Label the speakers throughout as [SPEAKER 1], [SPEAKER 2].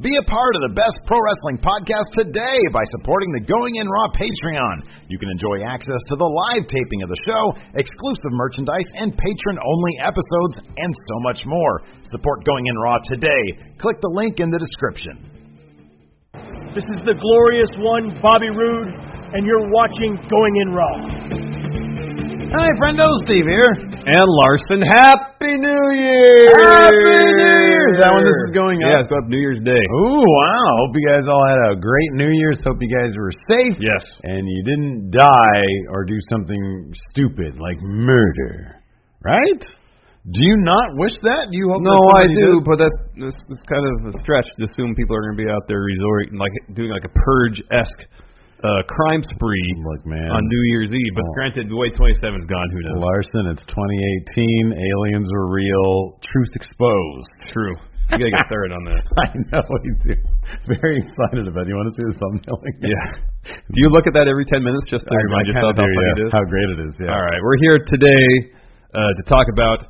[SPEAKER 1] Be a part of the best pro wrestling podcast today by supporting the Going In Raw Patreon. You can enjoy access to the live taping of the show, exclusive merchandise, and patron only episodes, and so much more. Support Going In Raw today. Click the link in the description.
[SPEAKER 2] This is the glorious one, Bobby Roode, and you're watching Going In Raw.
[SPEAKER 1] Hi, friendo, Steve here.
[SPEAKER 3] And Larson, Happy New Year!
[SPEAKER 1] Happy New Year! Is that when this is going up?
[SPEAKER 3] Yeah, it's going up New Year's Day.
[SPEAKER 1] Ooh, wow. Hope you guys all had a great New Year's. Hope you guys were safe.
[SPEAKER 3] Yes.
[SPEAKER 1] And you didn't die or do something stupid like murder. Right? Do you not wish that? Do you hope
[SPEAKER 3] No,
[SPEAKER 1] that
[SPEAKER 3] I
[SPEAKER 1] somebody
[SPEAKER 3] do,
[SPEAKER 1] did?
[SPEAKER 3] but that's, that's that's kind of a stretch to assume people are going to be out there resorting, like doing like a purge esque uh, crime spree
[SPEAKER 1] Look, man.
[SPEAKER 3] on New Year's Eve. But
[SPEAKER 1] Oh.
[SPEAKER 3] granted, the way 27's gone, who knows?
[SPEAKER 1] Larson, it's 2018. Aliens are real. Truth exposed.
[SPEAKER 3] True. You got to get started on that.
[SPEAKER 1] I know you do. Very excited about it. You want to see the thumbnail? again?
[SPEAKER 3] Yeah. Do you look at that every 10 minutes just to
[SPEAKER 1] I, I
[SPEAKER 3] remind
[SPEAKER 1] kinda
[SPEAKER 3] yourself how
[SPEAKER 1] do,
[SPEAKER 3] funny
[SPEAKER 1] yeah.
[SPEAKER 3] it is?
[SPEAKER 1] How great it is, yeah.
[SPEAKER 3] All right, we're here today uh, to talk about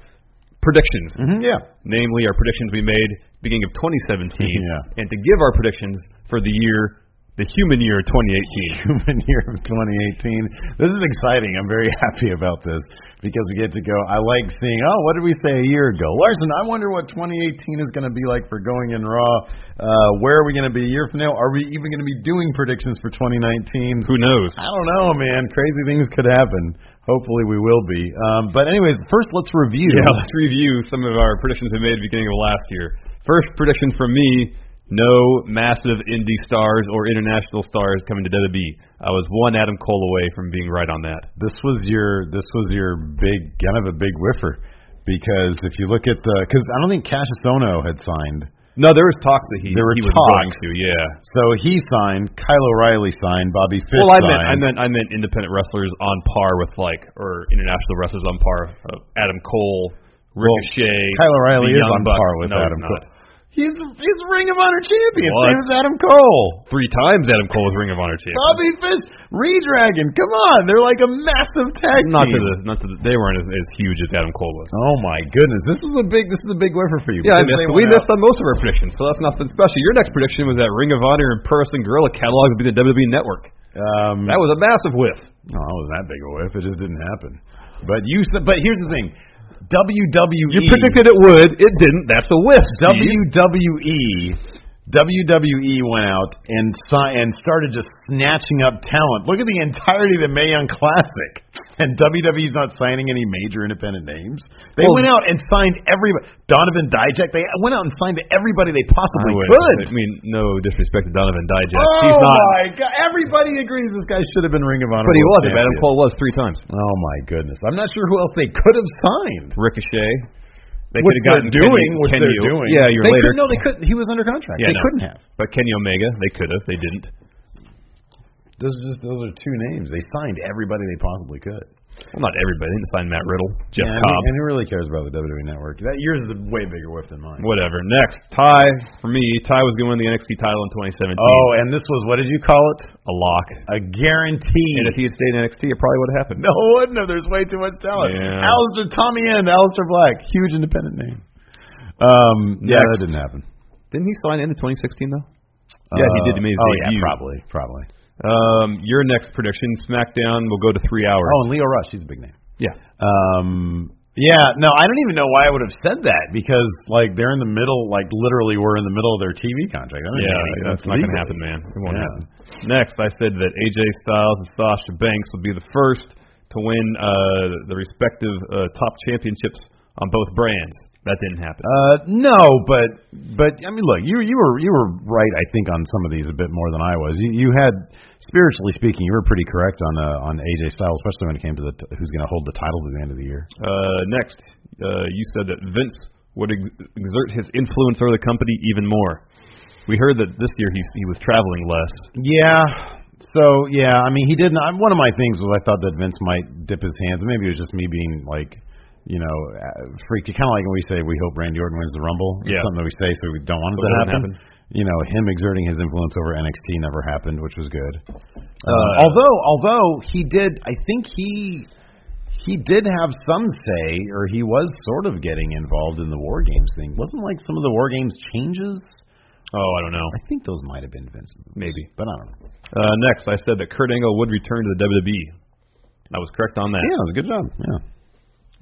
[SPEAKER 3] predictions.
[SPEAKER 1] Mhm, yeah.
[SPEAKER 3] namely our predictions we made beginning of 2017,
[SPEAKER 1] Yeah.
[SPEAKER 3] and to give our predictions for the year, the human year 2018.
[SPEAKER 1] human year of 2018. This is exciting. I'm very happy about this because we get to go. I like seeing, oh, what did we say a year ago? Larson, I wonder what 2018 is going to be like for going in Raw. Uh, where are we going to be a year from now? Are we even going to be doing predictions for 2019?
[SPEAKER 3] Who knows?
[SPEAKER 1] I don't know, man. Crazy things could happen. Hopefully, we will be. Um, but, anyways, first, let's review.
[SPEAKER 3] Yeah, let's review some of our predictions we made beginning of last year. First prediction from me: no massive indie stars or international stars coming to WWE. I was one Adam Cole away from being right on that.
[SPEAKER 1] this was your this was your big kind of a big whiffer because if you look at the because I don't think Cassius Ohno had signed.
[SPEAKER 3] No, there was talks that he
[SPEAKER 1] There were
[SPEAKER 3] he was
[SPEAKER 1] talks.
[SPEAKER 3] going to. Yeah.
[SPEAKER 1] So he signed, Kyle O'Reilly signed, Bobby Fish
[SPEAKER 3] Well, I meant I
[SPEAKER 1] signed.
[SPEAKER 3] meant I meant independent wrestlers on par with like or international wrestlers on par. Uh, Adam Cole, Ricochet,
[SPEAKER 1] Kyle O'Reiley is
[SPEAKER 3] the Young
[SPEAKER 1] on
[SPEAKER 3] Bucks.
[SPEAKER 1] par with
[SPEAKER 3] No,
[SPEAKER 1] Adam
[SPEAKER 3] he's
[SPEAKER 1] Cole.
[SPEAKER 3] not.
[SPEAKER 1] He's he's Ring of Honor champion.
[SPEAKER 3] What?
[SPEAKER 1] Same as Adam Cole.
[SPEAKER 3] Three times Adam Cole was Ring of Honor champion.
[SPEAKER 1] Bobby Fish, Redragon, come on. They're like a massive tag
[SPEAKER 3] Not to
[SPEAKER 1] team.
[SPEAKER 3] the, not to the, they weren't as, as huge as Adam Cole was.
[SPEAKER 1] Oh my goodness. This was a big this is a big whiffer for you.
[SPEAKER 3] Yeah, I
[SPEAKER 1] because they
[SPEAKER 3] missed, we
[SPEAKER 1] went
[SPEAKER 3] missed
[SPEAKER 1] out-
[SPEAKER 3] on most of our predictions, so that's nothing special. Your next prediction was that Ring of Honor and Pro Wrestling Gorilla catalog would be the WWE Network.
[SPEAKER 1] um
[SPEAKER 3] That was a massive whiff.
[SPEAKER 1] No, it wasn't that big a whiff. It just didn't happen. But you said- but here's the thing. E WWE
[SPEAKER 3] You predicted it would, it didn't. That's a whiff. Steve.
[SPEAKER 1] WWE WWE E went out and si- and started just snatching up talent. Look at the entirety of the Mae Young Classic, and WWE's not signing any major independent names. They
[SPEAKER 3] Well-
[SPEAKER 1] went out and signed everybody. Donovan Dijak. They went out and signed everybody they
[SPEAKER 3] I
[SPEAKER 1] possibly
[SPEAKER 3] would.
[SPEAKER 1] could.
[SPEAKER 3] I mean, no disrespect to Donovan Dijak.
[SPEAKER 1] Oh
[SPEAKER 3] He's not.
[SPEAKER 1] my God! Everybody agrees this guy should have been Ring of Honor,
[SPEAKER 3] But he
[SPEAKER 1] World
[SPEAKER 3] wasn't. Adam
[SPEAKER 1] Champion.
[SPEAKER 3] Cole was three times.
[SPEAKER 1] Oh my goodness! I'm not sure who else they could have signed.
[SPEAKER 3] Ricochet. They
[SPEAKER 1] What
[SPEAKER 3] could have
[SPEAKER 1] they're
[SPEAKER 3] gotten
[SPEAKER 1] doing,
[SPEAKER 3] Kenny,
[SPEAKER 1] what
[SPEAKER 3] Kenny,
[SPEAKER 1] they're doing.
[SPEAKER 3] Yeah, you're
[SPEAKER 1] they
[SPEAKER 3] later.
[SPEAKER 1] Could, no, they couldn't. He was under contract. they
[SPEAKER 3] Yeah, no.
[SPEAKER 1] couldn't have.
[SPEAKER 3] But Kenny Omega, they could have. They didn't.
[SPEAKER 1] Those are just those are two names. They signed everybody they possibly could.
[SPEAKER 3] Well, not everybody. They didn't sign Matt Riddle, Jeff
[SPEAKER 1] Yeah, and,
[SPEAKER 3] Cobb,
[SPEAKER 1] who, and who really cares about the WWE Network? That yours is a way bigger whiff than mine.
[SPEAKER 3] whatever. Next, Ty. For me, Ty was going to win the NXT title in 2017.
[SPEAKER 1] Oh, and this was what did you call it?
[SPEAKER 3] a lock.
[SPEAKER 1] A guarantee.
[SPEAKER 3] And if he had stayed in NXT, it probably would have happened.
[SPEAKER 1] no, it wouldn't have. There's way too much talent.
[SPEAKER 3] Yeah.
[SPEAKER 1] Alistair Tommy and Alistair Black, huge independent name. Um, yeah,
[SPEAKER 3] Next.
[SPEAKER 1] that didn't happen.
[SPEAKER 3] Didn't he sign in in 2016 though? Yeah, he did to me his
[SPEAKER 1] Uh, oh
[SPEAKER 3] debut.
[SPEAKER 1] yeah, probably, probably.
[SPEAKER 3] Um, your next prediction, SmackDown will go to three hours.
[SPEAKER 1] Oh, and Leo Rush, he's a big name.
[SPEAKER 3] yeah.
[SPEAKER 1] Um, yeah, no, I don't even know why I would have said that because like they're in the middle, like literally we're in the middle of their TV contract. That doesn't make
[SPEAKER 3] Yeah,
[SPEAKER 1] any sense
[SPEAKER 3] that's not going to
[SPEAKER 1] legally.
[SPEAKER 3] happen, man. It won't
[SPEAKER 1] Yeah.
[SPEAKER 3] happen. Next, I said that AJ Styles and Sasha Banks would be the first to win uh, the respective uh, top championships on both brands. That didn't happen.
[SPEAKER 1] Uh, no, but but I mean, look, you you were you were right, I think, on some of these a bit more than I was. You you had spiritually speaking, you were pretty correct on uh, on AJ Styles, especially when it came to the t- who's going to hold the title to the end of the year.
[SPEAKER 3] Uh, next, uh, you said that Vince would ex- exert his influence over the company even more. We heard that this year he he was traveling less.
[SPEAKER 1] Yeah. So yeah, I mean, he didn't. I, one of my things was I thought that Vince might dip his hands. Maybe it was just me being like, you know, uh, freaked. Kind of like when we say we hope Randy Orton wins the Rumble. It's
[SPEAKER 3] Yeah.
[SPEAKER 1] Something that we say so we don't want it
[SPEAKER 3] But
[SPEAKER 1] to
[SPEAKER 3] it
[SPEAKER 1] happen.
[SPEAKER 3] doesn't
[SPEAKER 1] You know, him exerting his influence over NXT never happened, which was good. Uh, although, although he did, I think he he did have some say, or he was sort of getting involved in the War Games thing. Wasn't like some of the War Games changes
[SPEAKER 3] Oh, I don't know.
[SPEAKER 1] I think those might have been Vince,
[SPEAKER 3] Maybe.
[SPEAKER 1] but I don't know.
[SPEAKER 3] Uh, next, I said that Kurt Angle would return to the WWE. I was correct on that.
[SPEAKER 1] Yeah, it was a good job. Yeah.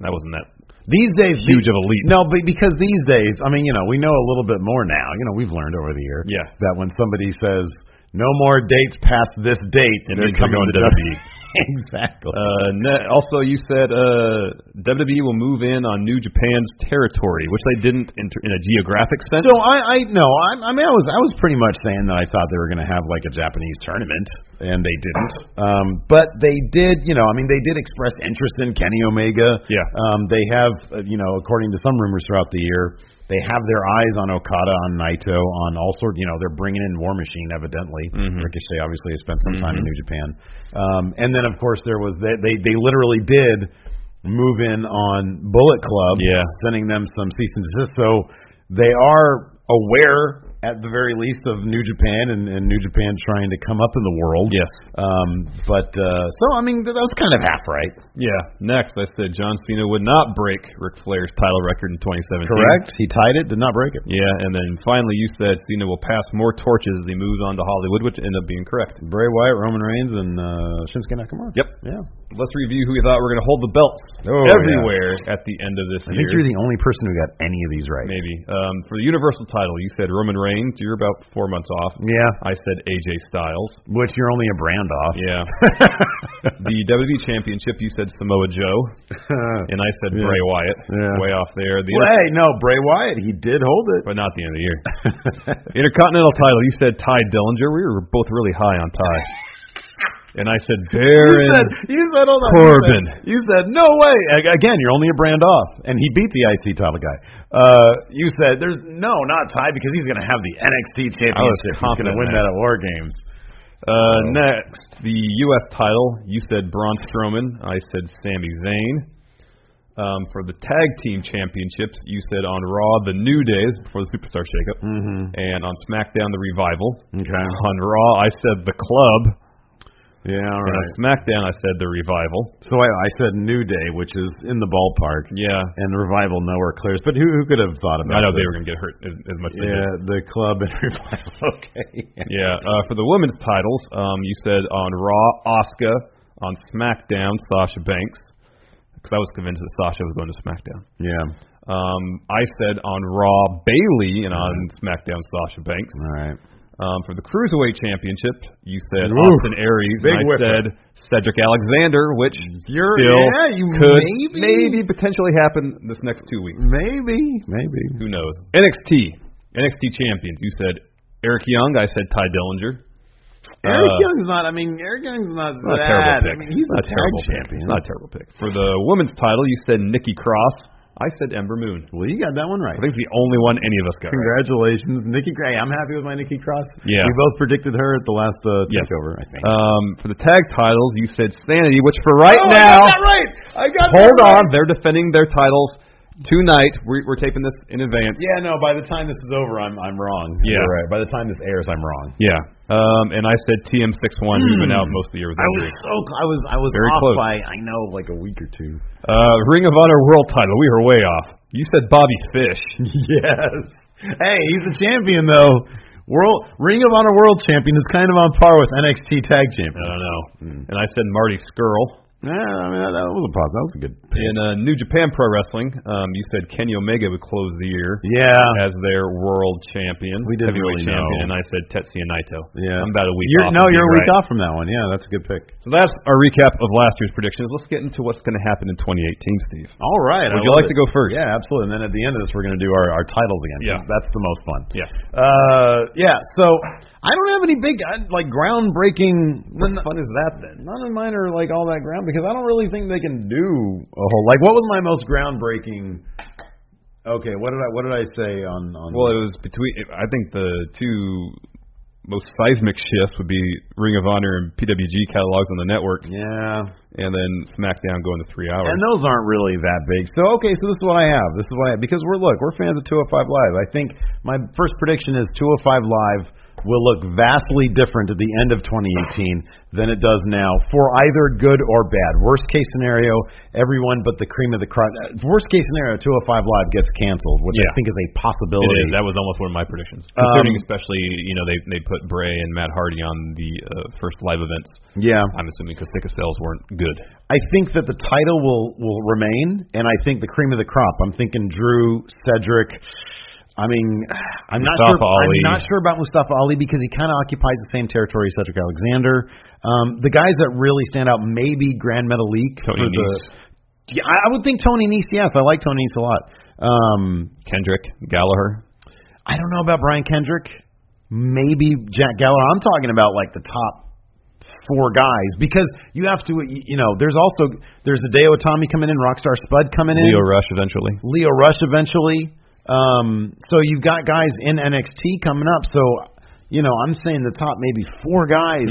[SPEAKER 3] That wasn't that.
[SPEAKER 1] These days,
[SPEAKER 3] Huge of a leap.
[SPEAKER 1] No, but because these days, I mean, you know, we know a little bit more now. You know, we've learned over the year.
[SPEAKER 3] Yeah.
[SPEAKER 1] That when somebody says no more dates past this date,
[SPEAKER 3] It
[SPEAKER 1] they're
[SPEAKER 3] means they're
[SPEAKER 1] coming
[SPEAKER 3] going to WWE.
[SPEAKER 1] exactly.
[SPEAKER 3] Uh, ne- also, you said uh, WWE will move in on New Japan's territory, which they didn't in, in a geographic sense.
[SPEAKER 1] so I, I no, I, I mean, I was, I was pretty much saying that I thought they were going to have like a Japanese tournament, and they didn't. Um, but they did, you know, I mean, they did express interest in Kenny Omega.
[SPEAKER 3] Yeah.
[SPEAKER 1] Um, they have, uh, you know, according to some rumors throughout the year, they have their eyes on Okada, on Naito, on all sort. You know, they're bringing in War Machine, evidently. Ricochet obviously has spent some time in New Japan, um, and then of course there was they they, they literally did move in on Bullet Club,
[SPEAKER 3] Yeah.
[SPEAKER 1] sending them some cease and desist. So they are aware. At the very least of New Japan and, and New Japan trying to come up in the world.
[SPEAKER 3] Yes.
[SPEAKER 1] Um, but uh, so I mean that was kind of half right.
[SPEAKER 3] yeah. Next, I said John Cena would not break Ric Flair's title record in 2017.
[SPEAKER 1] Correct. He tied it, did not break it.
[SPEAKER 3] Yeah, and then finally, you said Cena will pass more torches as he moves on to Hollywood, which ended up being correct.
[SPEAKER 1] Bray Wyatt, Roman Reigns, and uh, Shinsuke Nakamura.
[SPEAKER 3] Yep.
[SPEAKER 1] Yeah.
[SPEAKER 3] Let's review who we thought were going to hold the belts
[SPEAKER 1] Oh,
[SPEAKER 3] everywhere at the end of this
[SPEAKER 1] I
[SPEAKER 3] year.
[SPEAKER 1] think you're the only person who got any of these right.
[SPEAKER 3] Maybe. Um, for the Universal title, you said Roman Reigns. You're about four months off.
[SPEAKER 1] Yeah.
[SPEAKER 3] I said AJ Styles.
[SPEAKER 1] Which you're only a brand off.
[SPEAKER 3] Yeah. the WWE Championship, you said Samoa Joe. And I said
[SPEAKER 1] Yeah.
[SPEAKER 3] Bray Wyatt.
[SPEAKER 1] Yeah.
[SPEAKER 3] Way off there. The
[SPEAKER 1] well, hey, no, Bray Wyatt, he did hold it.
[SPEAKER 3] but not the end of the year. Intercontinental title, you said Ty Dillinger. We were both really high on Ty. and I said
[SPEAKER 1] You
[SPEAKER 3] Baron.
[SPEAKER 1] said, you said, hold on.
[SPEAKER 3] Corbin.
[SPEAKER 1] You said, you said, no way. A- Again, you're only a brand off. And he beat the IC title guy. Uh, you said, there's no, not Ty, because he's going to have the NXT championship. He's going
[SPEAKER 3] confident
[SPEAKER 1] to win
[SPEAKER 3] in
[SPEAKER 1] that
[SPEAKER 3] that.
[SPEAKER 1] at War Games.
[SPEAKER 3] Uh, next, the U.S. title, you said Braun Strowman. I said Sami Zayn. Um, for the tag team championships, you said on Raw the New Days before the Superstar Shakeup, mm-hmm. and on SmackDown the Revival.
[SPEAKER 1] Okay.
[SPEAKER 3] On Raw, I said the Club.
[SPEAKER 1] Yeah, all
[SPEAKER 3] And
[SPEAKER 1] right.
[SPEAKER 3] on SmackDown, I said the Revival.
[SPEAKER 1] So I, I said New Day, which is in the ballpark.
[SPEAKER 3] Yeah,
[SPEAKER 1] and revival nowhere clears. But who who could have thought about?
[SPEAKER 3] I know
[SPEAKER 1] this?
[SPEAKER 3] they were gonna get hurt as, as much. as they
[SPEAKER 1] Yeah, the club and revival. Okay.
[SPEAKER 3] did. Yeah. Uh, for the women's titles, um, you said on Raw, Oscar. On SmackDown, Sasha Banks. Because I was convinced that Sasha was going to SmackDown.
[SPEAKER 1] Yeah.
[SPEAKER 3] Um, I said on Raw Bailey and on SmackDown Sasha Banks.
[SPEAKER 1] All right.
[SPEAKER 3] Um, for the Cruiserweight Championship, you said
[SPEAKER 1] Ooh.
[SPEAKER 3] Austin Aries.
[SPEAKER 1] Big
[SPEAKER 3] and I
[SPEAKER 1] whipper.
[SPEAKER 3] said Cedric Alexander, which
[SPEAKER 1] You're-
[SPEAKER 3] still
[SPEAKER 1] yeah, you
[SPEAKER 3] could
[SPEAKER 1] maybe-
[SPEAKER 3] maybe potentially happen this next two weeks.
[SPEAKER 1] Maybe. Maybe.
[SPEAKER 3] Who knows? NXT, NXT champions. You said Eric Young. I said Ty Dillinger.
[SPEAKER 1] Eric
[SPEAKER 3] Uh,
[SPEAKER 1] Young's not. I mean, Eric Young's not,
[SPEAKER 3] Not a
[SPEAKER 1] that.
[SPEAKER 3] terrible pick.
[SPEAKER 1] I mean, he's a
[SPEAKER 3] not a
[SPEAKER 1] tag
[SPEAKER 3] terrible
[SPEAKER 1] champion.
[SPEAKER 3] Pick. Not a terrible pick. For the women's title, you said Nikki Cross. I said Ember Moon.
[SPEAKER 1] well, you got that one right.
[SPEAKER 3] I think the only one any of us got. right.
[SPEAKER 1] Congratulations, Nikki Gray. I'm happy with my Nikki Cross.
[SPEAKER 3] Yeah.
[SPEAKER 1] We both predicted her at the last uh,
[SPEAKER 3] Yes.
[SPEAKER 1] takeover. I think.
[SPEAKER 3] Um, for the tag titles, you said Sanity, which for right
[SPEAKER 1] Oh, I
[SPEAKER 3] now,
[SPEAKER 1] got that right. I got that
[SPEAKER 3] hold
[SPEAKER 1] right.
[SPEAKER 3] on, they're defending their titles tonight. We're, we're taping this in advance.
[SPEAKER 1] Yeah, no. By the time this is over, I'm I'm wrong.
[SPEAKER 3] Yeah.
[SPEAKER 1] You're right. By the time this airs, I'm wrong.
[SPEAKER 3] Yeah. Um, and I said TM61, who's been out most of the year
[SPEAKER 1] Hmm.
[SPEAKER 3] with
[SPEAKER 1] I was
[SPEAKER 3] injury.
[SPEAKER 1] so cl- I was I was
[SPEAKER 3] Very
[SPEAKER 1] off
[SPEAKER 3] close.
[SPEAKER 1] by I know like a week or two.
[SPEAKER 3] Uh, Ring of Honor World title, we were way off. You said Bobby Fish.
[SPEAKER 1] Yes. Hey, he's a champion though. World Ring of Honor World Champion is kind of on par with NXT Tag
[SPEAKER 3] I
[SPEAKER 1] Champion.
[SPEAKER 3] don't know. And I said Marty Skrull.
[SPEAKER 1] Yeah, I mean that, that was a pos- that was a good.
[SPEAKER 3] In uh, New Japan Pro Wrestling, um, you said Kenny Omega would close the year
[SPEAKER 1] Yeah.
[SPEAKER 3] as their world champion,
[SPEAKER 1] We didn't really
[SPEAKER 3] heavyweight
[SPEAKER 1] know.
[SPEAKER 3] champion, and I said Tetsuya Naito.
[SPEAKER 1] Yeah.
[SPEAKER 3] I'm about a week
[SPEAKER 1] You're,
[SPEAKER 3] off.
[SPEAKER 1] no,
[SPEAKER 3] of
[SPEAKER 1] you're a
[SPEAKER 3] being
[SPEAKER 1] week
[SPEAKER 3] right.
[SPEAKER 1] off from that one. Yeah, that's a good pick.
[SPEAKER 3] So that's our recap of last year's predictions. Let's get into what's going to happen in 2018, Steve.
[SPEAKER 1] All right. I
[SPEAKER 3] Would you
[SPEAKER 1] love
[SPEAKER 3] like to
[SPEAKER 1] it.
[SPEAKER 3] go first?
[SPEAKER 1] Yeah, absolutely. And then at the end of this, we're going to do our, our titles again.
[SPEAKER 3] Yeah.
[SPEAKER 1] That's the most fun.
[SPEAKER 3] Yeah.
[SPEAKER 1] Uh, yeah. So I don't have any big uh, like groundbreaking. What fun is that then? None of mine are like all that ground because I don't really think they can do a whole. Like, what was my most groundbreaking? Okay, what did I what did I say on on?
[SPEAKER 3] Well, it was between. I think the two most seismic shifts would be Ring of Honor and PWG catalogs on the network,
[SPEAKER 1] yeah,
[SPEAKER 3] and then SmackDown going to three hours.
[SPEAKER 1] And those aren't really that big. So okay, so this is what I have. oh This is what I have because we're look, we're fans of 205 Live. I think my first prediction is 205 Live will look vastly different at the end of 2018 than it does now for either good or bad. Worst case scenario, everyone but the cream of the crop. Worst case scenario, 205 Live gets canceled, which I
[SPEAKER 3] Yeah.
[SPEAKER 1] think is a
[SPEAKER 3] It
[SPEAKER 1] possibility.
[SPEAKER 3] is. That was almost one of my predictions.
[SPEAKER 1] Um,
[SPEAKER 3] Concerning, especially, you know, they they put Bray and Matt Hardy on the uh, first live events.
[SPEAKER 1] yeah.
[SPEAKER 3] I'm assuming because Sick of Sales weren't good.
[SPEAKER 1] I think that the title will will remain, and I think the cream of the crop. I'm thinking Drew Cedric. I mean, I'm not sure.
[SPEAKER 3] Mustafa Ali.
[SPEAKER 1] I'm not sure about Mustafa Ali because he kind of occupies the same territory as Cedric Alexander. Um, the guys that really stand out maybe Grand Metalik for the.
[SPEAKER 3] Tony Nese.
[SPEAKER 1] Yeah, I I would think Tony Nese. Yes, I like Tony Nese a lot. Um,
[SPEAKER 3] Kendrick, Gallagher.
[SPEAKER 1] I don't know about Brian Kendrick. Maybe Jack Gallagher. I'm talking about like the top four guys because you have to, you know, there's also there's Hideo Tommy coming in, Rockstar Spud coming in,
[SPEAKER 3] Leo Rush eventually.
[SPEAKER 1] Leo Rush eventually. Um, so you've got guys in NXT coming up. So you know, I'm saying the top maybe four guys.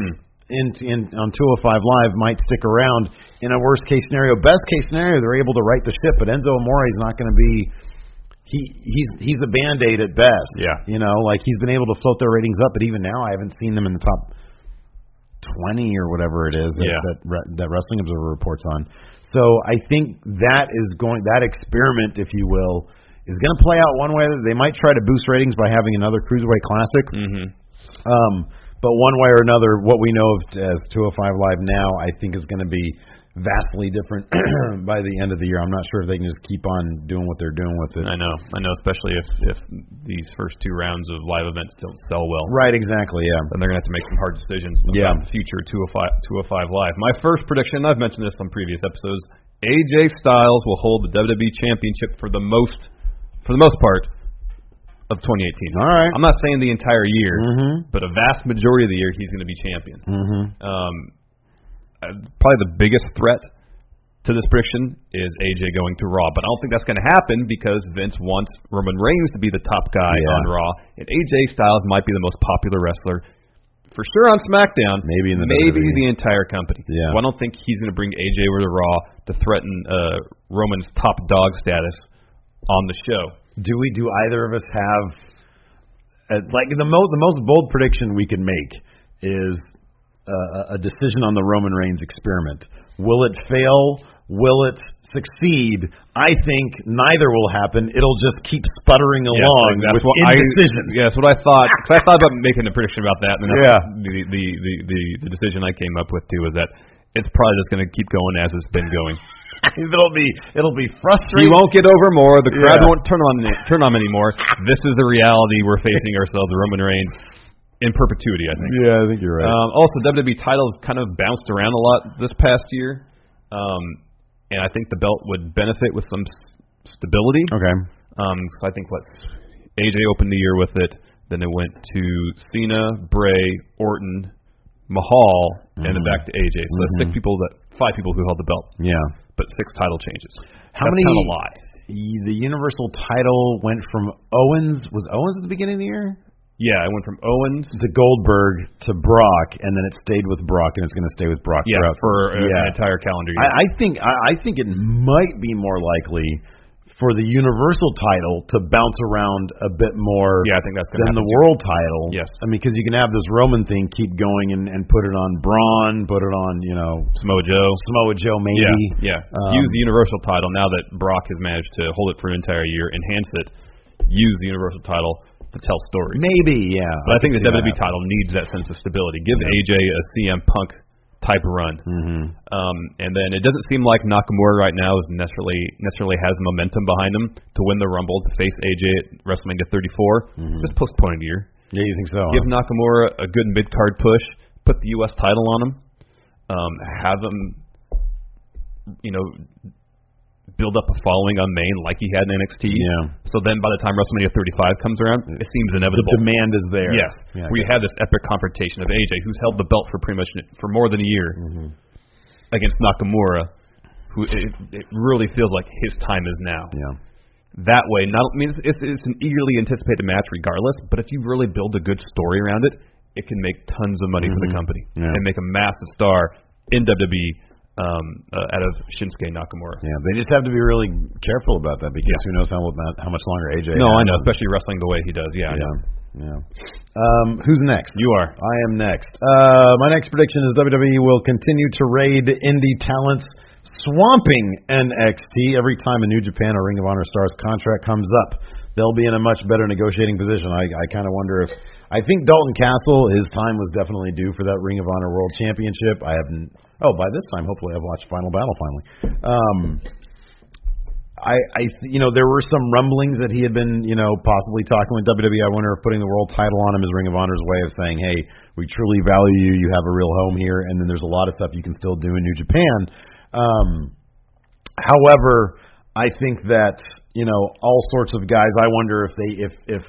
[SPEAKER 1] In, in on 205 Live might stick around in a worst case scenario. Best case scenario, they're able to right the ship, but Enzo Amore is not going to be he he's he's a band aid at best.
[SPEAKER 3] Yeah.
[SPEAKER 1] You know, like he's been able to float their ratings up, but even now I haven't seen them in the top twenty or whatever it is that
[SPEAKER 3] Yeah.
[SPEAKER 1] that, Re- that Wrestling Observer reports on. So I think that is going that experiment, if you will, is going to play out one way. or the other. They might try to boost ratings by having another Cruiserweight Classic.
[SPEAKER 3] Mm-hmm.
[SPEAKER 1] Um, but one way or another, what we know of as 205 Live now, I think is going to be vastly different by the end of the year. I'm not sure if they can just keep on doing what they're doing with it.
[SPEAKER 3] I know. I know, especially if if these first two rounds of live events don't sell well.
[SPEAKER 1] Right, exactly. Yeah.
[SPEAKER 3] Then they're gonna have to make some hard decisions about
[SPEAKER 1] Yeah.
[SPEAKER 3] the future 205, 205 live. My first prediction, and I've mentioned this on previous episodes, AJ Styles will hold the WWE Championship for the most for the most part of 2018.
[SPEAKER 1] All right.
[SPEAKER 3] I'm not saying the entire year,
[SPEAKER 1] Mhm.
[SPEAKER 3] but a vast majority of the year he's going to be champion.
[SPEAKER 1] Mm-hmm.
[SPEAKER 3] Um, uh, probably the biggest threat to this prediction is AJ going to Raw, but I don't think that's going to happen because Vince wants Roman Reigns to be the top guy
[SPEAKER 1] Yeah.
[SPEAKER 3] on Raw, and AJ Styles might be the most popular wrestler for sure on SmackDown.
[SPEAKER 1] Maybe in the
[SPEAKER 3] maybe
[SPEAKER 1] WWE.
[SPEAKER 3] the entire company.
[SPEAKER 1] Yeah.
[SPEAKER 3] So I don't think he's going to bring AJ over to Raw to threaten uh, Roman's top dog status on the show.
[SPEAKER 1] Do we? Do either of us have uh, like the most the most bold prediction we could make is uh, a decision on the Roman Reigns experiment. Will it fail? Will it succeed? I think neither will happen. It'll just keep sputtering along
[SPEAKER 3] Yeah,
[SPEAKER 1] with
[SPEAKER 3] that's what
[SPEAKER 1] indecision.
[SPEAKER 3] I, yeah, that's what I thought. 'cause I thought about making a prediction about that, and then
[SPEAKER 1] Yeah.
[SPEAKER 3] that's the, the the the the decision I came up with too was that it's probably just going to keep going as it's been going.
[SPEAKER 1] it'll be it'll be
[SPEAKER 3] He
[SPEAKER 1] frustrating.
[SPEAKER 3] won't get over more. The
[SPEAKER 1] Yeah.
[SPEAKER 3] crowd won't turn on turn on anymore. This is the reality we're facing ourselves, Roman Reigns, in perpetuity. I think.
[SPEAKER 1] Yeah, I think you're right.
[SPEAKER 3] Um, also, WWE titles kind of bounced around a lot this past year, um, and I think the belt would benefit with some s- stability.
[SPEAKER 1] okay.
[SPEAKER 3] Um, so I think what AJ opened the year with it. Then it went to Cena, Bray, Orton, Mahal, and then back to AJ. So that's six people that five people who held the belt,
[SPEAKER 1] Mm-hmm. Yeah.
[SPEAKER 3] but six title changes.
[SPEAKER 1] How
[SPEAKER 3] that's
[SPEAKER 1] many?
[SPEAKER 3] Kind of a lot.
[SPEAKER 1] The Universal title went from Owens was Owens at the beginning of the year
[SPEAKER 3] Yeah, I went from Owens.
[SPEAKER 1] to Goldberg to Brock, and then it stayed with Brock, and it's going to stay with Brock
[SPEAKER 3] Yeah,
[SPEAKER 1] throughout.
[SPEAKER 3] for uh,
[SPEAKER 1] yeah.
[SPEAKER 3] an entire calendar year.
[SPEAKER 1] I, I think I, I think it might be more likely for the Universal title to bounce around a bit more.
[SPEAKER 3] yeah, I think that's going
[SPEAKER 1] Than
[SPEAKER 3] to
[SPEAKER 1] the world title,
[SPEAKER 3] Yes.
[SPEAKER 1] I mean, because you can have this Roman thing keep going and, and put it on Braun, put it on you know
[SPEAKER 3] Samoa Joe.
[SPEAKER 1] Samoa Joe maybe.
[SPEAKER 3] Yeah, yeah.
[SPEAKER 1] Um,
[SPEAKER 3] use the universal title now that Brock has managed to hold it for an entire year. Enhance it. Use the universal title to tell stories.
[SPEAKER 1] maybe, yeah.
[SPEAKER 3] But I think
[SPEAKER 1] could
[SPEAKER 3] the
[SPEAKER 1] see that
[SPEAKER 3] WWE title needs that sense of stability. Give AJ a CM Punk type run,
[SPEAKER 1] happening. Mhm.
[SPEAKER 3] um, and then it doesn't seem like Nakamura right now is necessarily necessarily has the momentum behind him to win the Rumble to face AJ at WrestleMania 34. Just postpone it a year.
[SPEAKER 1] Mm-hmm. Yeah, you think so? huh?
[SPEAKER 3] Give Nakamura a good mid card push. Put the U.S. title on him. Um, have him, you know, build up a following on Main like he had in NXT.
[SPEAKER 1] Yeah. Mm.
[SPEAKER 3] So then, by the time WrestleMania 35 comes around, it seems
[SPEAKER 1] the
[SPEAKER 3] inevitable.
[SPEAKER 1] demand is there.
[SPEAKER 3] Yes,
[SPEAKER 1] Yeah,
[SPEAKER 3] where you have this epic confrontation of AJ, who's held the belt for pretty much for more than a year,
[SPEAKER 1] Mm-hmm.
[SPEAKER 3] against Nakamura, who it, it really feels like his time is now.
[SPEAKER 1] yeah.
[SPEAKER 3] That way, not I mean it's, it's, it's an eagerly anticipated match regardless, but if you really build a good story around it, it can make tons of money for the company
[SPEAKER 1] Mm-hmm. Yeah.
[SPEAKER 3] and make a massive star in WWE um, uh, out of Shinsuke Nakamura.
[SPEAKER 1] Yeah, they just have to be really careful about that because
[SPEAKER 3] Yeah.
[SPEAKER 1] who knows how, how much longer AJ.
[SPEAKER 3] No,
[SPEAKER 1] has.
[SPEAKER 3] I know, especially wrestling the way he does. Yeah, I know.
[SPEAKER 1] Yeah, Yeah. Um, who's next?
[SPEAKER 3] You are.
[SPEAKER 1] I am next. Uh, my next prediction is WWE will continue to raid indie talents, swamping NXT every time a New Japan or Ring of Honor Stars contract comes up. They'll be in a much better negotiating position. I, I kind of wonder if. I think Dalton Castle, his time was definitely due for that Ring of Honor World Championship. I haven't. Oh, by this time, hopefully, I've watched Final Battle finally. Um, I, I, th- you know, there were some rumblings that he had been, you know, possibly talking with WWE. I wonder if putting the world title on him is Ring of Honor's way of saying, hey, we truly value you. You have a real home here, and then there's a lot of stuff you can still do in New Japan. Um, however, I think that you know all sorts of guys. I wonder if they, if if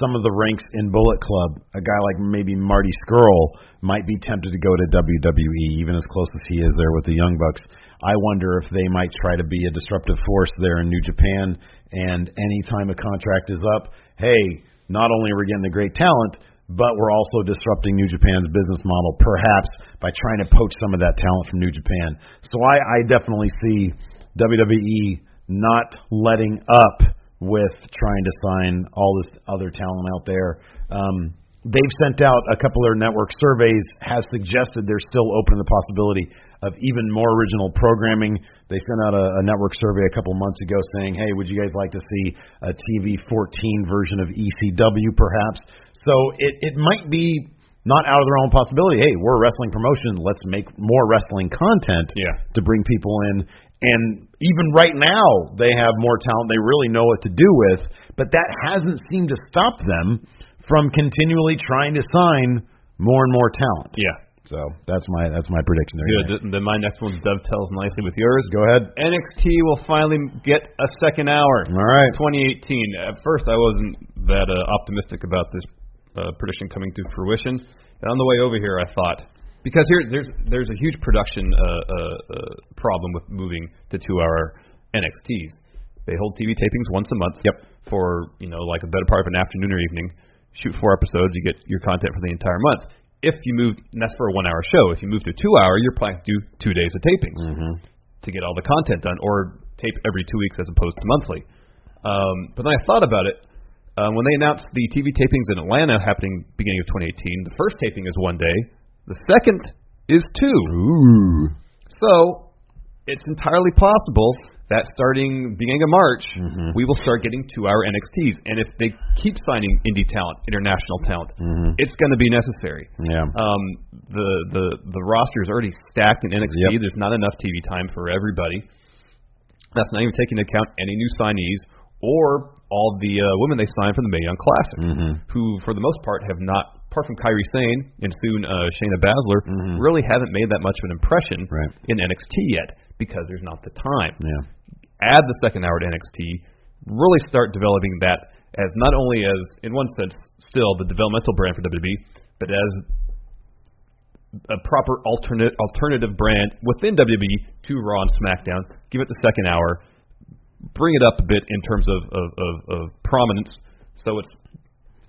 [SPEAKER 1] some of the ranks in Bullet Club, a guy like maybe Marty Skrull might be tempted to go to WWE, even as close as he is there with the Young Bucks. I wonder if they might try to be a disruptive force there in New Japan. And anytime a contract is up, hey, not only are we getting the great talent, but we're also disrupting New Japan's business model, perhaps by trying to poach some of that talent from New Japan. So I, I definitely see E WWE not letting up with trying to sign all this other talent out there. Um, they've sent out a couple of their network surveys has suggested they're still open to the possibility of even more original programming. They sent out a, a network survey a couple months ago saying, "Hey, would you guys like to see a TV 14 version of ECW perhaps?" So it it might be not out of the realm of possibility. Hey, we're a wrestling promotion. Let's make more wrestling content
[SPEAKER 3] Yeah.
[SPEAKER 1] to bring people in. And even right now, they have more talent they really know what to do with, but that hasn't seemed to stop them from continually trying to sign more and more talent.
[SPEAKER 3] Yeah.
[SPEAKER 1] So that's my that's my prediction there.
[SPEAKER 3] Good. Th- Then my next one dovetails nicely with yours.
[SPEAKER 1] Go ahead.
[SPEAKER 3] NXT will finally get a second hour.
[SPEAKER 1] All right.
[SPEAKER 3] 2018. At first, I wasn't that uh, optimistic about this uh, prediction coming to fruition. And on the way over here, I thought because here there's there's a huge production uh, uh, uh, problem with moving to two-hour NXTs. They hold TV tapings once a month. Yep. For you know, like a better part of an afternoon or evening, shoot four episodes, you get your content for the entire month. If you move, and that's for a one-hour show. If you move to two-hour, you're planning to do two days of tapings to get all the content done, or tape every two weeks as opposed to monthly. Um, but then I thought about it. Um, when they announced the TV tapings in Atlanta happening beginning of 2018, the first taping is one day, the second is two.
[SPEAKER 1] Ooh.
[SPEAKER 3] So it's entirely possible that starting beginning of March,
[SPEAKER 1] Mm-hmm.
[SPEAKER 3] we will start getting two-hour NXTs. And if they keep signing indie talent, international talent, it's going to be necessary.
[SPEAKER 1] Mm-hmm. Yeah.
[SPEAKER 3] Um, the the the roster is already stacked in NXT.
[SPEAKER 1] Yep.
[SPEAKER 3] There's not enough TV time for everybody. That's not even taking into account any new signees or all the uh, women they signed from the Mae Young Classic,
[SPEAKER 1] Mm-hmm.
[SPEAKER 3] who for the most part have not, apart from Kyrie Sane and soon uh, Shayna Baszler, really haven't made that much of an impression
[SPEAKER 1] Mm-hmm. Right.
[SPEAKER 3] in NXT yet because there's not the time
[SPEAKER 1] Yeah.
[SPEAKER 3] add the second hour to NXT, really start developing that as not only as, in one sense, still the developmental brand for WWE, but as a proper alternate alternative brand within WWE to Raw and SmackDown. Give it the second hour, bring it up a bit in terms of of, of, of prominence. So it's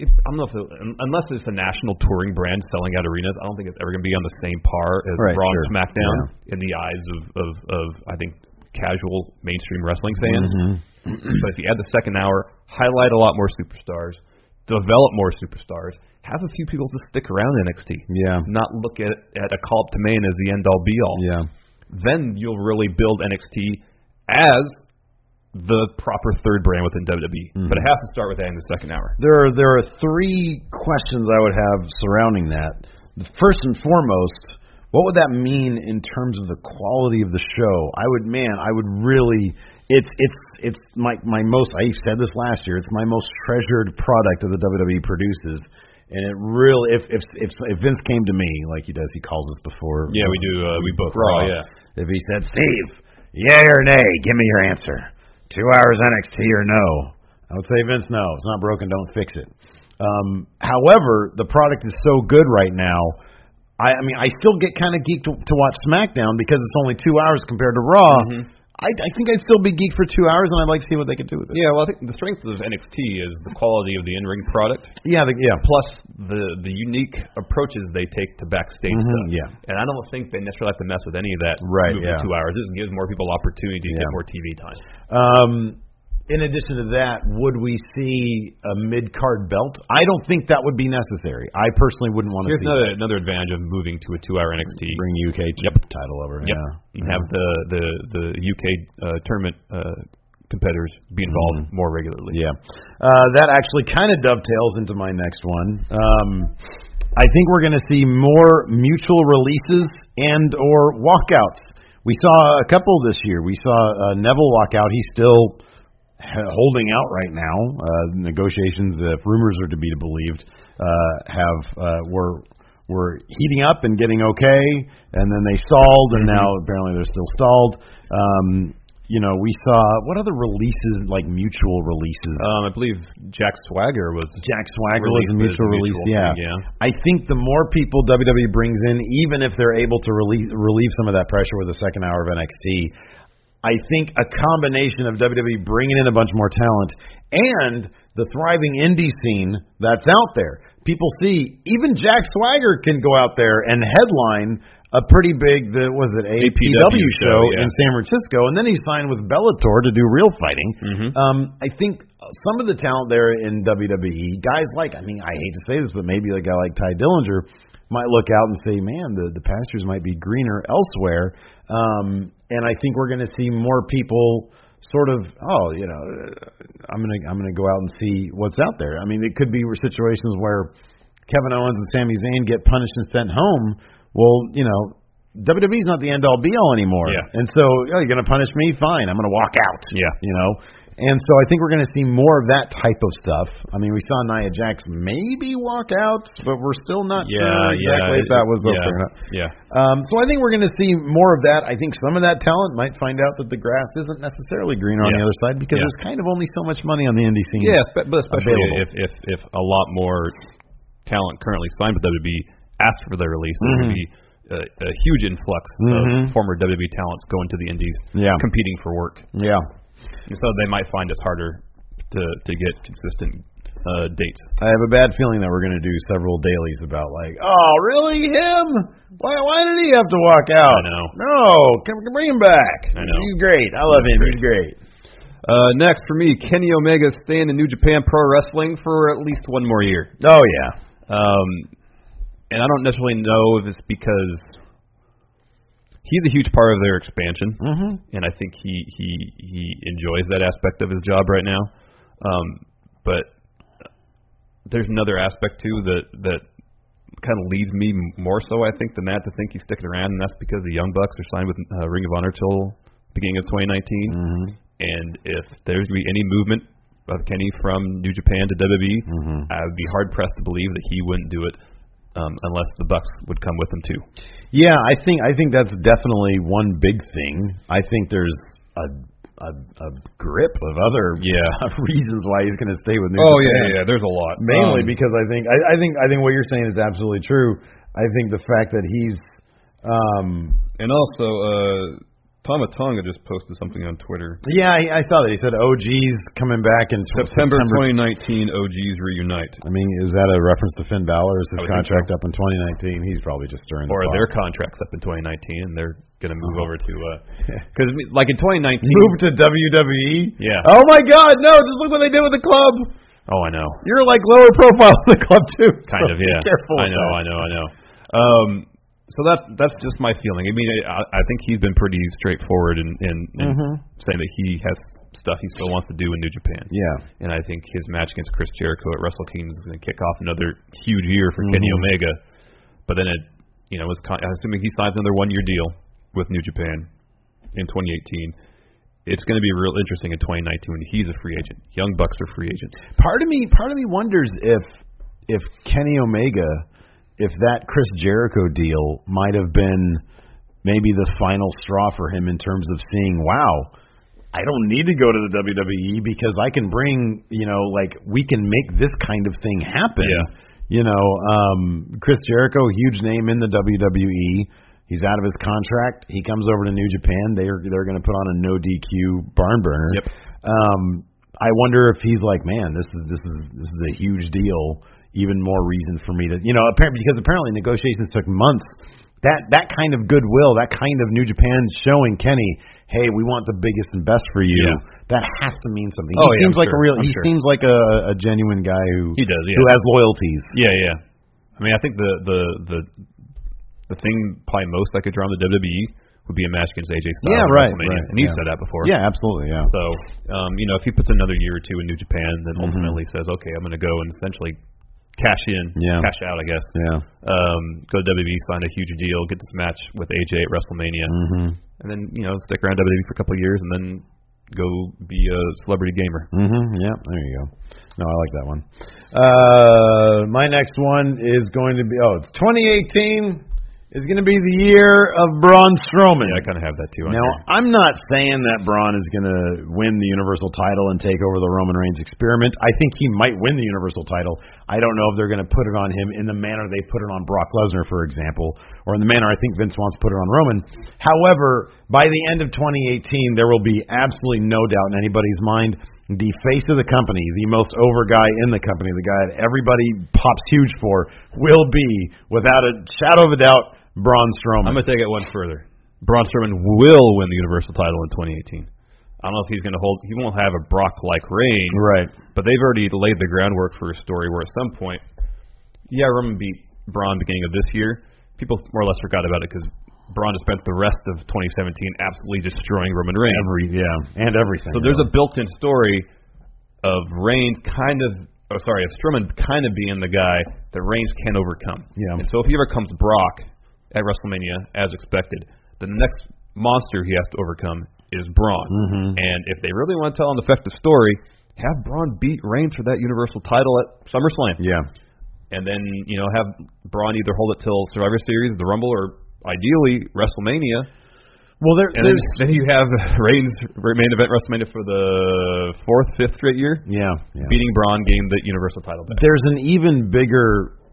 [SPEAKER 3] it, I don't know if it, un- unless it's a national touring brand selling out arenas, I don't think it's ever going to be on the same par as
[SPEAKER 1] Right,
[SPEAKER 3] Raw and
[SPEAKER 1] sure.
[SPEAKER 3] SmackDown
[SPEAKER 1] Yeah.
[SPEAKER 3] in the eyes of, of, of I think casual mainstream wrestling fans.
[SPEAKER 1] Mm-hmm.
[SPEAKER 3] but if you add the second hour, highlight a lot more superstars, develop more superstars, have a few people to stick around NXT.
[SPEAKER 1] Yeah.
[SPEAKER 3] Not look at at a call up to Maine as the end all be all.
[SPEAKER 1] Yeah.
[SPEAKER 3] Then you'll really build NXT as the proper third brand within WWE. But
[SPEAKER 1] Mm-hmm.
[SPEAKER 3] it has to start with that in the second hour.
[SPEAKER 1] There are there are three questions I would have surrounding that. The First and foremost, what would that mean in terms of the quality of the show? I would man, I would really it's it's it's my my most I said this last year, it's my most treasured product that the WWE produces. And it really if if if, if Vince came to me like he does, he calls us before
[SPEAKER 3] Yeah, we do, uh, we book Raw, yeah.
[SPEAKER 1] if he said, Steve, yay or nay, give me your answer. Two hours NXT or no? I would say, Vince, no. It's not broken. Don't fix it. Um, however, the product is so good right now. I, I mean, I still get kind of geeked to, to watch SmackDown because it's only two hours compared to Raw. I, I think I'd still be geeked for two hours, and I'd like to see what they could do with it.
[SPEAKER 3] Yeah, well, I think the strength of NXT is the quality of the in ring product.
[SPEAKER 1] Yeah, the, yeah.
[SPEAKER 3] plus the the unique approaches they take to backstage stuff.
[SPEAKER 1] yeah.
[SPEAKER 3] And I don't think they necessarily have to mess with any of that.
[SPEAKER 1] Right,
[SPEAKER 3] moving to
[SPEAKER 1] yeah.
[SPEAKER 3] Two hours. This gives more people opportunity to
[SPEAKER 1] Yeah.
[SPEAKER 3] get more TV time.
[SPEAKER 1] Um, in addition to that, would we see a mid card belt? I don't think that would be necessary. I personally wouldn't want to
[SPEAKER 3] Here's
[SPEAKER 1] see
[SPEAKER 3] another another advantage of moving to a two-hour NXT.
[SPEAKER 1] that. bring UK title over.
[SPEAKER 3] Yep.
[SPEAKER 1] Yeah.
[SPEAKER 3] You have the the the UK uh, tournament uh, competitors be involved more regularly.
[SPEAKER 1] Yeah. Uh, that actually kind of dovetails into my next one. Um, I think we're going to see more mutual releases and or walkouts. We saw a couple this year. We saw uh, Neville walk out. He's still h- holding out right now. Uh, negotiations, if rumors are to be believed, uh, have uh, were were heating up and getting okay, and then they stalled, and now apparently they're still stalled. Um, you know, we saw what other releases like mutual releases.
[SPEAKER 3] Um, I believe Jack Swagger was
[SPEAKER 1] Jack Swagger was a
[SPEAKER 3] Released
[SPEAKER 1] mutual
[SPEAKER 3] as a
[SPEAKER 1] release.
[SPEAKER 3] mutual
[SPEAKER 1] Yeah.
[SPEAKER 3] thing, yeah.
[SPEAKER 1] I think the more people WWE brings in, even if they're able to relieve relieve some of that pressure with the second hour of NXT, I think a combination of WWE bringing in a bunch more talent and the thriving indie scene that's out there. People see even Jack Swagger can go out there and headline a pretty big the was it APW,
[SPEAKER 3] APW
[SPEAKER 1] show
[SPEAKER 3] show, yeah.
[SPEAKER 1] in San Francisco, and then he signed with Bellator to do real fighting. Um, I think some of the talent there in WWE, guys like, I mean, I hate to say this, but maybe a guy like Ty Dillinger might look out and say, man, the, the pastures might be greener elsewhere. Um, and I think we're going to see more people sort of, oh, you know, I'm going to I'm going to go out and see what's out there. I mean, it could be situations where Kevin Owens and Sami Zayn get punished and sent home. Well, you know, WWE's not the end all be all anymore.
[SPEAKER 3] Yeah.
[SPEAKER 1] And so, oh, you're going to punish me? Fine. I'm going to walk out.
[SPEAKER 3] Yeah.
[SPEAKER 1] You know? And so I think we're going to see more of that type of stuff. I mean, we saw Nia Jax maybe walk out, but we're still not
[SPEAKER 3] Uh,
[SPEAKER 1] sure exactly if that was
[SPEAKER 3] yeah,
[SPEAKER 1] okay or not.
[SPEAKER 3] Yeah.
[SPEAKER 1] Um, so I think we're going to see more of that. I think some of that talent might find out that the grass isn't necessarily greener on
[SPEAKER 3] Yeah.
[SPEAKER 1] the other side because
[SPEAKER 3] Yeah.
[SPEAKER 1] there's kind
[SPEAKER 3] Mm-hmm.
[SPEAKER 1] of only so much money on the indie scene.
[SPEAKER 3] Yeah, spe- but especially
[SPEAKER 1] available.
[SPEAKER 3] if, if if a lot more talent currently signed with WWE asked for their release, there would
[SPEAKER 1] Mm-hmm.
[SPEAKER 3] be a, a huge influx
[SPEAKER 1] Mhm.
[SPEAKER 3] of former WWE talents going to the Indies,
[SPEAKER 1] Yeah. Mm.
[SPEAKER 3] competing for work.
[SPEAKER 1] Yeah.
[SPEAKER 3] And so they might find it's harder to to get consistent uh, dates.
[SPEAKER 1] I have a bad feeling that we're going to do several dailies about like, oh, really him? Why? Why did he have to walk out?
[SPEAKER 3] I know.
[SPEAKER 1] No, come, come bring him back.
[SPEAKER 3] I know.
[SPEAKER 1] He's great. I love him.
[SPEAKER 3] He's
[SPEAKER 1] He's great.
[SPEAKER 3] Uh, next for me, Kenny Omega staying in New Japan Pro Wrestling for at least one more year.
[SPEAKER 1] Oh yeah.
[SPEAKER 3] Um, and I don't necessarily know if it's because he's a huge part of their expansion,
[SPEAKER 1] Mm-hmm.
[SPEAKER 3] and I think he he he enjoys that aspect of his job right now. Um, but there's another aspect too that that kind of leads me more so I think than that to think he's sticking around, and that's because the Young Bucks are signed with uh, Ring of Honor till beginning of 2019.
[SPEAKER 1] Mm-hmm.
[SPEAKER 3] And if there's going to be any movement of Kenny from New Japan to WWE,
[SPEAKER 1] Mhm.
[SPEAKER 3] I would be hard pressed to believe that he wouldn't do it um, unless the Bucks would come with him too.
[SPEAKER 1] Yeah, I think I think that's definitely one big thing. I think there's a a, a grip of other
[SPEAKER 3] Yeah.
[SPEAKER 1] reasons why he's going to stay with New Japan. Um,
[SPEAKER 3] yeah. There's a lot.
[SPEAKER 1] mainly because I think I, I think I think what you're saying is absolutely true. I think the fact that he's um
[SPEAKER 3] and also uh, Tama Tonga just posted something on Twitter.
[SPEAKER 1] Yeah, I, I saw that. He said OG's coming back in September.
[SPEAKER 3] 2019, OGs reunite,
[SPEAKER 1] I mean, is that a reference to Finn Balor? Is
[SPEAKER 3] I
[SPEAKER 1] his
[SPEAKER 3] would
[SPEAKER 1] contract
[SPEAKER 3] think
[SPEAKER 1] up in 2019? He's probably just stirring
[SPEAKER 3] or
[SPEAKER 1] the pot.
[SPEAKER 3] their contracts up in 2019, and they're going to move
[SPEAKER 1] Uh-huh.
[SPEAKER 3] over to uh, because like in 2019.
[SPEAKER 1] Move to WWE?
[SPEAKER 3] Yeah.
[SPEAKER 1] Oh my God, no! Just look what they did with the club.
[SPEAKER 3] Oh, I know.
[SPEAKER 1] You're like lower profile than the club too.
[SPEAKER 3] kind
[SPEAKER 1] so
[SPEAKER 3] of yeah.
[SPEAKER 1] Be careful.
[SPEAKER 3] I
[SPEAKER 1] with
[SPEAKER 3] know,
[SPEAKER 1] that.
[SPEAKER 3] I know, I know. Um, so that's that's just my feeling. I mean, I, I think he's been pretty straightforward in, in, in
[SPEAKER 1] Mm-hmm.
[SPEAKER 3] saying that he has stuff he still wants to do in New Japan.
[SPEAKER 1] Yeah.
[SPEAKER 3] And I think his match against Chris Jericho at Wrestle Kingdom is going to kick off another huge year for Kenny
[SPEAKER 1] Mhm.
[SPEAKER 3] Omega. But then it, you know, his con- assuming he signs another one-year deal with New Japan in 2018. It's going to be real interesting in 2019 when he's a free agent. Young Bucks are free agents.
[SPEAKER 1] Part of me, part of me wonders if if Kenny Omega, if that Chris Jericho deal might have been maybe the final straw for him in terms of seeing, wow, I don't need to go to the WWE because I can bring, you know, like we can make this kind of thing happen.
[SPEAKER 3] Yeah.
[SPEAKER 1] You know, um, Chris Jericho, huge name in the WWE. He's out of his contract. He comes over to New Japan. They are they're going to put on a no DQ barn burner.
[SPEAKER 3] Yep.
[SPEAKER 1] Um, I wonder if he's like, man, this is this is this is a huge deal. Even more reason for me to, you know, apparently because apparently negotiations took months. That that kind of goodwill, that kind of New Japan showing Kenny, hey, we want the biggest and best for you,
[SPEAKER 3] Yeah.
[SPEAKER 1] that has to mean something.
[SPEAKER 3] Oh,
[SPEAKER 1] he
[SPEAKER 3] yeah,
[SPEAKER 1] seems
[SPEAKER 3] I'm
[SPEAKER 1] like
[SPEAKER 3] sure.
[SPEAKER 1] a real.
[SPEAKER 3] I'm
[SPEAKER 1] he
[SPEAKER 3] sure.
[SPEAKER 1] seems like a, a genuine guy who
[SPEAKER 3] He does, yeah.
[SPEAKER 1] who has loyalties.
[SPEAKER 3] Yeah, yeah. I mean, I think the the the the thing probably most I could draw on the WWE would be a match against AJ Styles.
[SPEAKER 1] Yeah,
[SPEAKER 3] at
[SPEAKER 1] right,
[SPEAKER 3] WrestleMania.
[SPEAKER 1] right,
[SPEAKER 3] And he's
[SPEAKER 1] yeah.
[SPEAKER 3] said that before.
[SPEAKER 1] Yeah, absolutely. Yeah.
[SPEAKER 3] So, um, you know, if he puts another year or two in New Japan, then
[SPEAKER 1] Mm-hmm.
[SPEAKER 3] ultimately says, okay, I'm going to go and essentially cash in,
[SPEAKER 1] Yeah.
[SPEAKER 3] cash out, I guess.
[SPEAKER 1] Yeah.
[SPEAKER 3] Um, go to WWE, sign a huge deal, get this match with AJ at WrestleMania,
[SPEAKER 1] Mm-hmm.
[SPEAKER 3] and then you know stick around WWE for a couple of years, and then go be a celebrity gamer.
[SPEAKER 1] Mm-hmm. Yeah, there you go. No, I like that one. Uh, my next one is going to be oh, it's 2018 is going to be the year of Braun Strowman.
[SPEAKER 3] Yeah, I kind of have that too. on
[SPEAKER 1] Now,
[SPEAKER 3] here.
[SPEAKER 1] I'm not saying that Braun is going to win the Universal title and take over the Roman Reigns experiment. I think he might win the Universal title. I don't know if they're going to put it on him in the manner they put it on Brock Lesnar, for example, or in the manner I think Vince wants to put it on Roman. However, by the end of 2018, there will be absolutely no doubt in anybody's mind the face of the company, the most over guy in the company, the guy that everybody pops huge for, will be, without a shadow of a doubt, Braun Strowman.
[SPEAKER 3] I'm going to take it one further. Braun Strowman will win the Universal title in 2018. I don't know if he's going to hold. He won't have a Brock-like reign,
[SPEAKER 1] right.
[SPEAKER 3] but they've already laid the groundwork for a story where at some point, yeah, Roman beat Braun beginning of this year. People more or less forgot about it because Braun has spent the rest of 2017 absolutely destroying Roman Reigns.
[SPEAKER 1] Every yeah, and everything.
[SPEAKER 3] so there's a built-in story of Reigns kind of, oh sorry, of Strowman kind of being the guy that Reigns can't overcome.
[SPEAKER 1] Yeah.
[SPEAKER 3] And so if he overcomes Brock at WrestleMania as expected, then the next monster he has to overcome is Braun.
[SPEAKER 1] Mm-hmm.
[SPEAKER 3] And if they really want to tell an effective story, have Braun beat Reigns for that Universal title at SummerSlam
[SPEAKER 1] yeah,
[SPEAKER 3] and then you know have Braun either hold it till Survivor Series, the Rumble, or ideally WrestleMania. Well, there, and then, then you have Reigns main event WrestleMania for the fourth, fifth straight year,
[SPEAKER 1] yeah, yeah.
[SPEAKER 3] beating Braun, getting the Universal title back.
[SPEAKER 1] There's an even bigger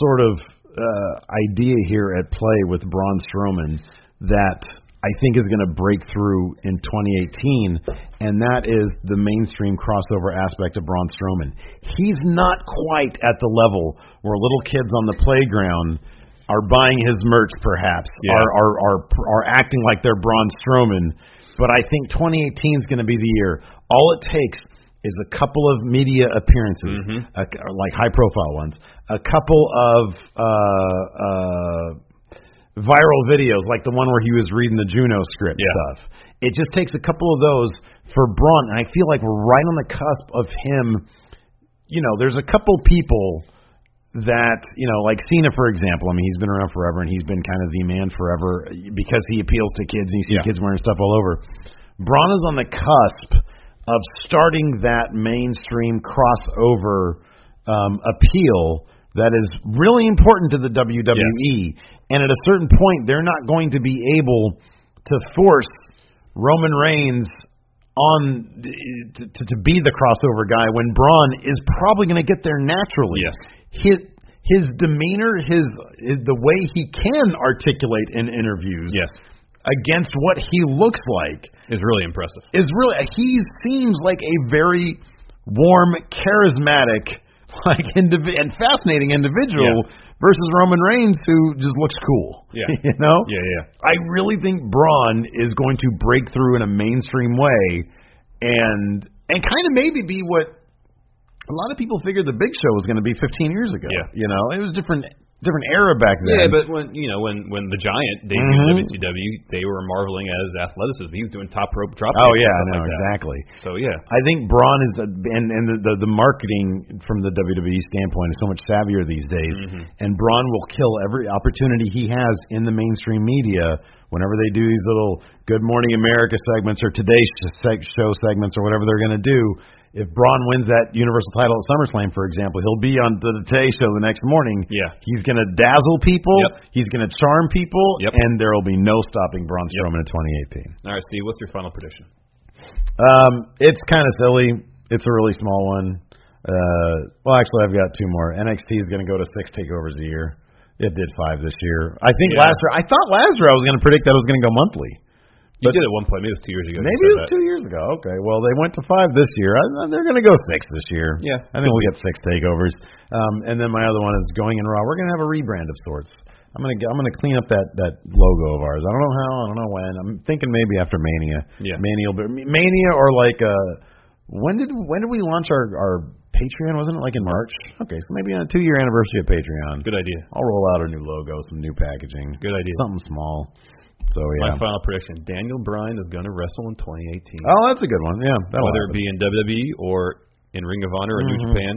[SPEAKER 1] sort of uh, idea here at play with Braun Strowman that I think is going to break through in 2018, and that is the mainstream crossover aspect of Braun Strowman. He's not quite at the level where little kids on the playground are buying his merch, perhaps,
[SPEAKER 3] Yeah.
[SPEAKER 1] are, are are are acting like they're Braun Strowman. But I think 2018 is going to be the year. All it takes is a couple of media appearances,
[SPEAKER 3] Mm-hmm.
[SPEAKER 1] a, or like high profile ones, a couple of uh, uh, viral videos, like the one where he was reading the Juno script
[SPEAKER 3] Yeah.
[SPEAKER 1] stuff. It just takes a couple of those for Braun, and I feel like we're right on the cusp of him. You know, there's a couple people that you know, like Cena, for example. I mean, he's been around forever, and he's been kind of the man forever because he appeals to kids, and you see
[SPEAKER 3] Yeah.
[SPEAKER 1] kids wearing stuff all over. Braun is on the cusp of starting that mainstream crossover um, appeal that is really important to the WWE. And at a certain point, they're not going to be able to force Roman Reigns on to, to be the crossover guy when Braun is probably going to get there naturally.
[SPEAKER 3] Yes.
[SPEAKER 1] His his demeanor, his, his the way he can articulate in interviews
[SPEAKER 3] Yes,
[SPEAKER 1] against what he looks like
[SPEAKER 3] it's really impressive.
[SPEAKER 1] is really he seems like a very warm, charismatic, like indiv- and fascinating individual
[SPEAKER 3] Yeah.
[SPEAKER 1] versus Roman Reigns who just looks cool.
[SPEAKER 3] Yeah.
[SPEAKER 1] you know.
[SPEAKER 3] Yeah, yeah.
[SPEAKER 1] I really think Braun is going to break through in a mainstream way, and and kind of maybe be what a lot of people figured the Big Show was going to be 15 years ago.
[SPEAKER 3] Yeah.
[SPEAKER 1] you know, it was different different era back then.
[SPEAKER 3] Yeah, but when you know when when the Giant
[SPEAKER 1] Mhm.
[SPEAKER 3] debuted in WCW, they were marveling at his athleticism. He was doing top rope drop.
[SPEAKER 1] oh yeah,
[SPEAKER 3] kicks and stuff
[SPEAKER 1] no,
[SPEAKER 3] like that.
[SPEAKER 1] exactly.
[SPEAKER 3] So yeah,
[SPEAKER 1] I think Braun is a, and and the, the the marketing from the WWE standpoint is so much savvier these days,
[SPEAKER 3] Mm-hmm.
[SPEAKER 1] and Braun will kill every opportunity he has in the mainstream media. Whenever they do these little Good Morning America segments or Today Sh- seg- Show segments or whatever they're going to do, if Braun wins that Universal title at SummerSlam, for example, he'll be on the Today Show the next morning.
[SPEAKER 3] Yeah.
[SPEAKER 1] he's going to dazzle people.
[SPEAKER 3] Yep.
[SPEAKER 1] He's going to charm people.
[SPEAKER 3] Yep.
[SPEAKER 1] and there will be no stopping Braun Strowman in 2018.
[SPEAKER 3] all right, Steve. What's your final prediction?
[SPEAKER 1] Um, it's kind of silly. It's a really small one. Uh, well, actually, I've got two more. NXT is going to go to six takeovers a year. It did five this year. I think
[SPEAKER 3] Yeah.
[SPEAKER 1] last year. I thought last year I was going to predict that it was going to go monthly,
[SPEAKER 3] You
[SPEAKER 4] But-
[SPEAKER 3] did at one point. Maybe it was two years ago. you
[SPEAKER 4] Maybe
[SPEAKER 3] said
[SPEAKER 4] it was
[SPEAKER 3] that.
[SPEAKER 4] two years ago. Okay. Well, they went to five this year. I, they're going to go six this year.
[SPEAKER 3] Yeah,
[SPEAKER 4] I think we'll get six takeovers. Um, and then my other one is going in raw. We're going to have a rebrand of sorts. I'm going to I'm going to clean up that that logo of ours. I don't know how. I don't know when. I'm thinking maybe after Mania.
[SPEAKER 3] Yeah.
[SPEAKER 4] Mania. will be- Mania or like uh, when did when did we launch our our Patreon? Wasn't it like in March? Okay, so maybe on a two year anniversary of Patreon.
[SPEAKER 3] Good idea.
[SPEAKER 4] I'll roll out a new logo, some new packaging.
[SPEAKER 3] Good idea.
[SPEAKER 4] Something small. So yeah.
[SPEAKER 3] My final prediction: Daniel Bryan is going to wrestle in 2018,
[SPEAKER 4] Oh, that's a good one. Yeah. That'll
[SPEAKER 3] whether
[SPEAKER 4] happen. Mm-hmm.
[SPEAKER 3] it be in WWE or in Ring of Honor or New Japan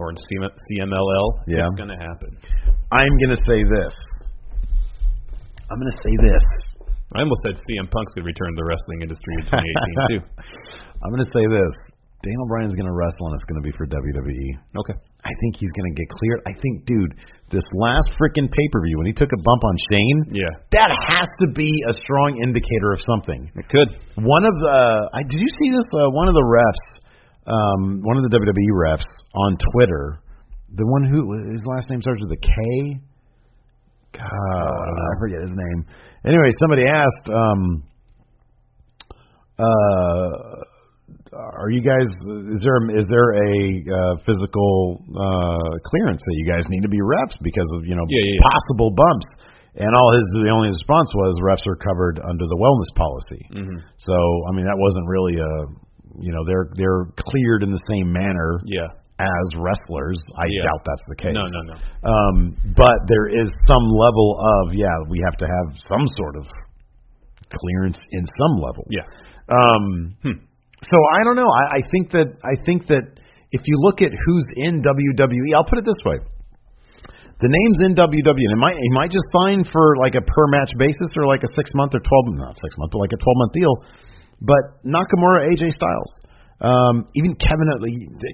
[SPEAKER 3] or in CM- CMLL.
[SPEAKER 4] Yeah.
[SPEAKER 3] It's going to happen.
[SPEAKER 4] I'm going to say this. I'm going to say this.
[SPEAKER 3] I almost said CM Punk's going to return to the wrestling industry in 2018 too.
[SPEAKER 4] I'm going to say this. Daniel Bryan's going to wrestle, and it's going to be for WWE.
[SPEAKER 3] Okay.
[SPEAKER 4] I think he's going to get cleared. I think, dude, this last freaking pay per view when he took a bump on Shane,
[SPEAKER 3] Yeah.
[SPEAKER 4] that has to be a strong indicator of something.
[SPEAKER 3] It could.
[SPEAKER 4] One of the I did you see this? Uh, one of the refs, um, one of the WWE refs on Twitter, the one who his last name starts with a K. God, I forget his name. Anyway, somebody asked, um, uh, "Are you guys? Is there is there a uh, physical uh, clearance that you guys need to be refs because of you know
[SPEAKER 3] Yeah, yeah, yeah.
[SPEAKER 4] possible bumps?" And all his the only response was refs are covered under the wellness policy.
[SPEAKER 3] Mm-hmm.
[SPEAKER 4] So I mean that wasn't really a you know they're they're cleared in the same manner
[SPEAKER 3] Yeah.
[SPEAKER 4] as wrestlers. I
[SPEAKER 3] Yeah.
[SPEAKER 4] doubt that's the case.
[SPEAKER 3] No, no, no.
[SPEAKER 4] Um, but there is some level of yeah we have to have some sort of clearance in some level.
[SPEAKER 3] Yeah. Hmm.
[SPEAKER 4] Um, So I don't know. I, I think that I think that if you look at who's in WWE, I'll put it this way: the names in WWE, and it might it might just sign for like a per match basis or like a six month or twelve not six month, but like a twelve month deal. But Nakamura, AJ Styles, um, even Kevin